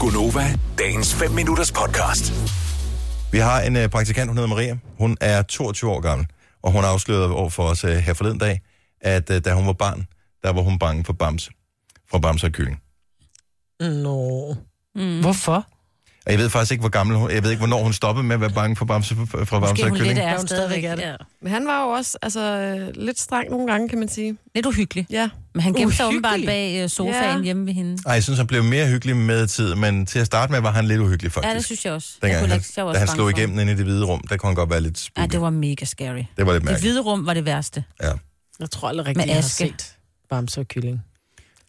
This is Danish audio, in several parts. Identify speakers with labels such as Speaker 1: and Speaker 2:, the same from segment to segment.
Speaker 1: Gunova, dagens 5 minutters podcast.
Speaker 2: Vi har en øh, praktikant, hun hedder Maria. Hun er 22 år gammel, og hun afslørede over for os øh, her forleden dag, at øh, da hun var barn, der var hun bange for Bamse. Fra Bamse og Kylling.
Speaker 3: Nå. Mm. Hvorfor?
Speaker 2: Og jeg ved faktisk ikke, hvor gammel hun, jeg ved ikke, hvornår hun stoppede med at være bange for Bamse fra fra Bamse
Speaker 4: Måske
Speaker 2: og
Speaker 4: hun
Speaker 2: Kylling.
Speaker 4: lidt er
Speaker 3: Ja, hun
Speaker 4: stadigvæk.
Speaker 3: stadigvæk er det.
Speaker 4: Ja.
Speaker 5: Men han var jo også altså, øh, lidt streng nogle gange, kan man sige.
Speaker 4: Lidt uhyggelig.
Speaker 5: Ja.
Speaker 4: Men han gemte sig
Speaker 3: Uhyggelig?
Speaker 4: åbenbart bag øh, sofaen
Speaker 5: Ja.
Speaker 4: hjemme ved hende.
Speaker 2: Ej, jeg synes, han blev mere hyggelig med tid, men til at starte med var han lidt uhyggelig faktisk.
Speaker 4: Ja, det synes jeg også. jeg
Speaker 2: Dengang,
Speaker 4: kunne
Speaker 2: han,
Speaker 4: ikke- jeg var
Speaker 2: da
Speaker 4: også
Speaker 2: han
Speaker 4: bange
Speaker 2: slog
Speaker 4: for ham.
Speaker 2: igennem inde i det hvide rum, der kunne han godt være lidt spooky.
Speaker 4: Ej, det var mega scary.
Speaker 2: det var lidt
Speaker 4: Det
Speaker 2: mærkeligt.
Speaker 4: hvide rum var det værste.
Speaker 2: Ja.
Speaker 3: Jeg tror aldrig rigtigt,
Speaker 4: Med
Speaker 3: jeg har
Speaker 4: aske.
Speaker 3: set Bamse og Kylling.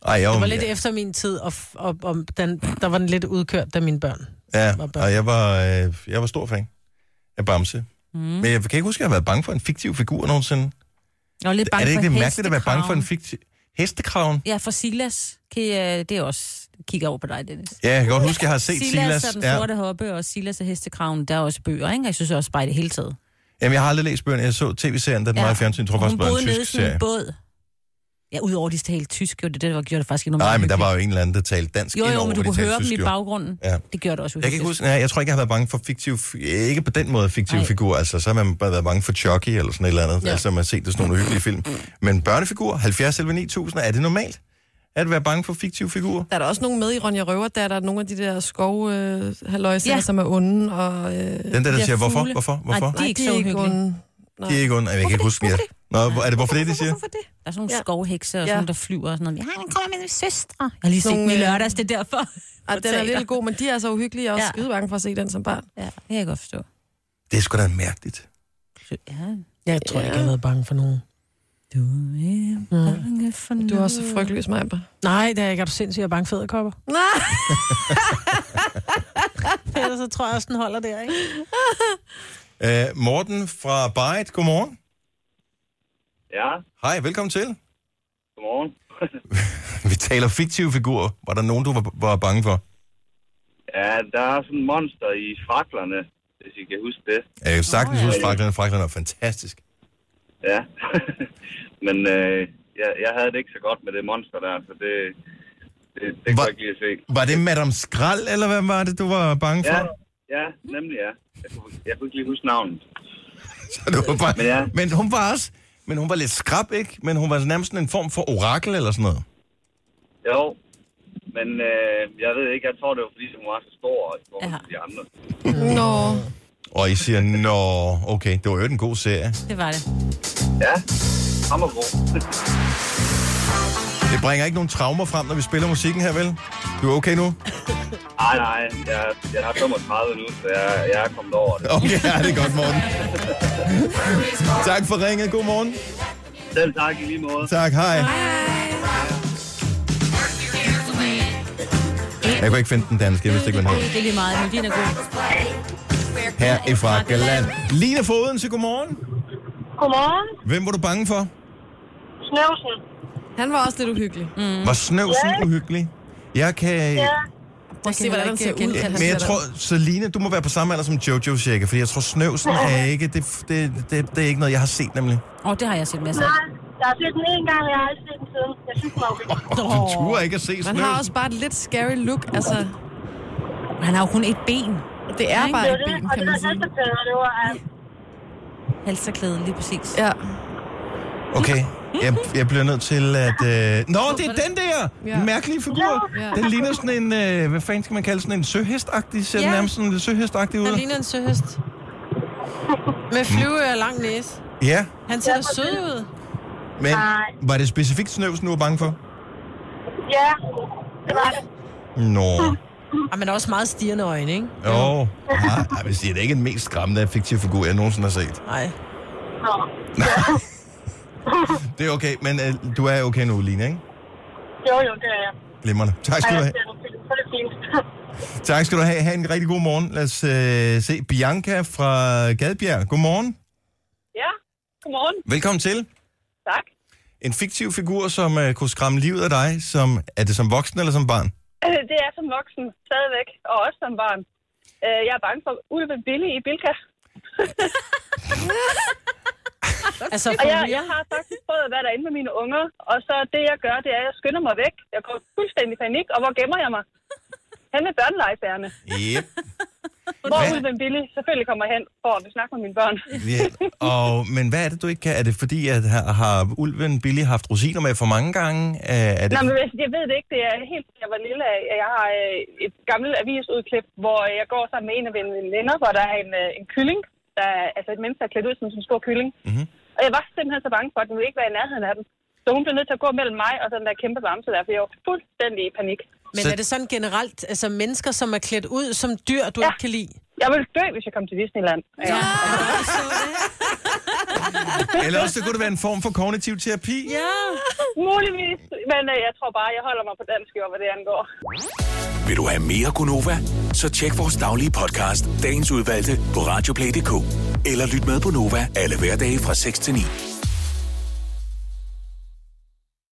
Speaker 2: Ej, jeg
Speaker 3: Det var lidt efter min tid, og, f- og, og den, der var den lidt udkørt af mine børn.
Speaker 2: Ja,
Speaker 3: var børn.
Speaker 2: og jeg var, øh, jeg var stor fan af Bamse. Mm. Men jeg kan ikke huske, at jeg har været bange for en fiktiv figur nogensinde.
Speaker 4: Jeg var lidt bange
Speaker 2: er det
Speaker 4: for
Speaker 2: ikke lidt mærkeligt at være bange for en
Speaker 4: hestekraven.
Speaker 2: fiktiv... Hestekraven?
Speaker 4: Ja, for Silas. Kan I, øh, det er også... Kigger over på dig, Dennis.
Speaker 2: Ja, jeg kan godt huske, at jeg har set
Speaker 4: Silas,
Speaker 2: Silas.
Speaker 4: Silas og den
Speaker 2: ja.
Speaker 4: sorte hoppe, og Silas og hestekraven, der er også bøger, ikke? Og jeg synes også bare i det hele taget.
Speaker 2: Jamen, jeg har aldrig læst bøgerne. Jeg så tv-serien, da den
Speaker 4: Ja.
Speaker 2: ja. var i fjernsyn. Jeg tror
Speaker 4: hun
Speaker 2: faktisk, det var
Speaker 4: boede
Speaker 2: en
Speaker 4: nede i
Speaker 2: tysk
Speaker 4: sådan
Speaker 2: serie.
Speaker 4: en båd. Ja, udover de talte tysk, jo, det, det der gjorde det faktisk endnu mere
Speaker 2: Nej, men der
Speaker 4: uhyggeligt.
Speaker 2: var jo en eller anden, der talte dansk
Speaker 4: Jo, jo,
Speaker 2: indover,
Speaker 4: men du
Speaker 2: hvor de
Speaker 4: kunne
Speaker 2: talte
Speaker 4: høre dem
Speaker 2: tysk,
Speaker 4: i
Speaker 2: jo.
Speaker 4: baggrunden.
Speaker 2: Ja.
Speaker 4: Ja. Det gjorde det også
Speaker 2: Jeg kan ikke huske, nej, jeg tror ikke, jeg har været bange for fiktiv, fi- ikke på den måde fiktive
Speaker 4: Nej.
Speaker 2: figurer, altså så har man bare været bange for Chucky eller sådan et eller andet, ja.
Speaker 3: Ja.
Speaker 2: altså man har set det sådan nogle hyggelige film. Men børnefigurer, 70 eller 9000, er det normalt? At være bange for fiktive figurer?
Speaker 5: Der er der også nogen med i Ronja Røver, der er der nogle af de der skov øh, ja.
Speaker 4: Ja.
Speaker 5: som er onde. Og, øh,
Speaker 2: Den der, der
Speaker 4: Ja,
Speaker 2: siger, hvorfor,
Speaker 4: fugle.
Speaker 2: hvorfor,
Speaker 4: Nej,
Speaker 2: hvorfor?
Speaker 4: de er ikke så uhyggelige.
Speaker 5: onde. Nej.
Speaker 2: De er ikke ondt. Jeg kan ikke huske, mere. Nå, hvor- er det hvorfor det, de siger?
Speaker 5: Hvorfor det?
Speaker 4: Der er sådan nogle
Speaker 5: Ja.
Speaker 4: skovhekse og sådan
Speaker 5: Ja.
Speaker 4: nogle, der flyver og sådan noget. Jeg har en kommer med min søstre. Jeg har lige set
Speaker 5: Nogle,
Speaker 4: den i
Speaker 5: øh,
Speaker 4: lørdags, det er derfor.
Speaker 5: Ej, den er
Speaker 4: Teater.
Speaker 5: lidt god, men de er så uhyggelige. Jeg er også
Speaker 4: Ja.
Speaker 5: ja. skide bange for at se den som barn.
Speaker 4: Ja, det kan jeg godt forstå.
Speaker 2: Det er sgu da mærkeligt.
Speaker 4: Ja.
Speaker 3: Jeg tror ja. ikke, jeg har været bange for nogen.
Speaker 4: Du er bange for
Speaker 5: Du er
Speaker 4: noget.
Speaker 5: også frygteløs, Maja.
Speaker 3: Nej, det er jeg ikke. Er du sindssygt, jeg er bange for æderkopper?
Speaker 5: Nej!
Speaker 3: Ellers så tror jeg også, den holder der, ikke?
Speaker 2: Øh, Morten fra Byte, godmorgen.
Speaker 6: Ja,
Speaker 2: Hej, velkommen til.
Speaker 6: godmorgen.
Speaker 2: Vi taler fiktive figurer. Var der nogen, du var, var bange for?
Speaker 6: ja, der er sådan en monster i fraklerne, hvis I kan huske det.
Speaker 2: Jeg kan sagtens huske Fraklerne. Fraklerne er fantastisk.
Speaker 6: Ja. Men øh, jeg, jeg havde det ikke så godt med det monster der, så det, det, det
Speaker 2: Hva-
Speaker 6: kunne jeg ikke lige at se.
Speaker 2: Var det Madame Skrald, eller hvad var det, du var bange for?
Speaker 6: Ja, ja, nemlig ja. Jeg kunne, jeg kunne ikke lige huske navnet.
Speaker 2: Så du var
Speaker 6: Men
Speaker 2: bange.
Speaker 6: ja.
Speaker 2: Men hun var også... Men hun var lidt skrab, ikke? Men hun var nærmest sådan en form for orakel eller sådan noget.
Speaker 6: Jo, men øh, jeg ved ikke, jeg tror det var fordi, hun var så stor i forhold
Speaker 4: Ja.
Speaker 6: til de andre.
Speaker 5: Nå.
Speaker 2: Og I siger, nå, okay, det var jo en god serie.
Speaker 4: Det var det.
Speaker 6: Ja, hammerbo.
Speaker 2: Det bringer ikke nogen traumer frem, når vi spiller musikken her, vel? Du er okay nu?
Speaker 6: Nej, nej, jeg, jeg er 35 nu, så jeg, jeg er kommet over det.
Speaker 2: Okay, ja, det er godt, Morten. tak for ringet. God morgen.
Speaker 6: Selv tak i lige måde.
Speaker 2: Tak, hej. Jeg kunne ikke finde den danske, jeg vidste ikke, hvad den hed.
Speaker 4: Det er lige meget, men din er god.
Speaker 2: Her i Frakkeland. Line Foden til godmorgen.
Speaker 7: Godmorgen,
Speaker 2: Hvem var du bange for?
Speaker 7: Snøvsen.
Speaker 5: Han var også lidt uhyggelig. Mm.
Speaker 2: Var snøvsen uhyggelig? Jeg kan...
Speaker 7: Ja.
Speaker 5: Prøv at se, hvordan han ser ud.
Speaker 2: Ja, men jeg tror, så Line, du må være på samme alder som Jojo cirka, fordi jeg tror, snøvsen er ikke, det, det, det, det er ikke noget, jeg har set nemlig.
Speaker 4: Åh, det har jeg set masser af.
Speaker 7: Nej, jeg har set den en gang, og jeg har aldrig set den siden. Jeg synes, den var okay.
Speaker 2: Du turde ikke at se
Speaker 5: Man har
Speaker 2: snøvsen.
Speaker 5: også bare et lidt scary look. Altså,
Speaker 4: Han har jo kun et ben.
Speaker 5: det er bare
Speaker 7: Det var
Speaker 5: et
Speaker 7: det,
Speaker 5: ben,
Speaker 7: og
Speaker 5: kan
Speaker 7: det
Speaker 5: man
Speaker 7: der
Speaker 5: sige.
Speaker 7: hesteplader, det var... øh,
Speaker 4: Halserklæden, lige præcis.
Speaker 5: Ja.
Speaker 2: Okay, jeg, jeg bliver nødt til at... Øh... Nå, det er den der
Speaker 5: Ja.
Speaker 2: mærkelige figur.
Speaker 5: Ja.
Speaker 2: Den ligner sådan en, øh, hvad fanden skal man kalde sådan en søhestagtig, ser den
Speaker 3: Ja.
Speaker 2: nærmest sådan lidt søhestagtig
Speaker 3: Han
Speaker 2: ud.
Speaker 3: ligner en søhest. Med flyve og lang næse.
Speaker 2: Ja,
Speaker 3: Han ser da sød ud.
Speaker 2: men
Speaker 7: Nej.
Speaker 2: var det specifikt snøvsen, du var bange for?
Speaker 7: Ja, det var det.
Speaker 2: Nå,
Speaker 3: Og man har Ah, også meget stirrende øjne, ikke?
Speaker 2: jo. Ja, jeg vil sige, det er ikke den mest skræmmende fiktive figur, jeg nogensinde har set.
Speaker 3: Nej.
Speaker 7: Nå.
Speaker 2: Det er okay, men øh, du er okay nu, Line, ikke?
Speaker 7: Jo, jo, det er jeg.
Speaker 2: Glimrende. Tak
Speaker 7: Og
Speaker 2: skal du
Speaker 7: jeg
Speaker 2: have.
Speaker 7: ser den film, så er det fint.
Speaker 2: Tak skal du have. Ha' en rigtig god morgen. Lad os øh, se Bianca fra Gadbjerg. Godmorgen.
Speaker 7: ja, godmorgen.
Speaker 2: Velkommen til.
Speaker 7: Tak.
Speaker 2: En fiktiv figur, som øh, kunne skræmme livet af dig, som, er det som voksen eller som barn?
Speaker 7: Øh, Det er som voksen, stadigvæk, og også som barn. Øh, Jeg er bange for ulve Billy i Bilka.
Speaker 3: Altså,
Speaker 7: Og
Speaker 3: for
Speaker 7: jeg,
Speaker 3: real?
Speaker 7: jeg har faktisk prøvet at være derinde med mine unger, og så det jeg gør, det er, at jeg skynder mig væk. Jeg går fuldstændig i panik, og hvor gemmer jeg mig? Han er børnelejebærende.
Speaker 2: Yep.
Speaker 7: Hvor
Speaker 2: Hvad?
Speaker 7: Ulven Billy selvfølgelig kommer hen for at snakke med mine børn.
Speaker 2: Ja. Og, men hvad er det, du ikke kan? Er det fordi, at har, har ulven Billy haft rosiner med for mange gange? Er, er det...
Speaker 7: Nej, men jeg- jeg ved det ikke. Det er helt, jeg var lille. af. Jeg har øh, et gammelt avisudklip, hvor øh, jeg går sammen med en af mine venner, hvor der er en, øh, en kylling, der er, altså et menneske, der er klædt ud som sådan en stor kylling.
Speaker 2: Mhm.
Speaker 7: Og jeg var simpelthen så bange for, at den ville ikke være i nærheden af den. Så hun blev nødt til at gå mellem mig og den der kæmpe bamse der, for jeg var fuldstændig i panik.
Speaker 3: Men
Speaker 2: Så-
Speaker 3: er det sådan generelt, altså mennesker, som er klædt ud som dyr, du
Speaker 7: Ja.
Speaker 3: ikke kan lide?
Speaker 7: Jeg ville dø, hvis jeg kom til Disneyland. Ja.
Speaker 2: Eller også, det kunne det være en form for kognitiv terapi? Ja.
Speaker 7: Muligvis, men øh, jeg tror bare, jeg holder mig på dansk, jo, hvad det angår.
Speaker 1: Vil du have mere Gunova? Så tjek vores daglige podcast, dagens udvalgte, på radioplay.dk. Eller lyt med på Nova alle hverdage fra 6 til 9.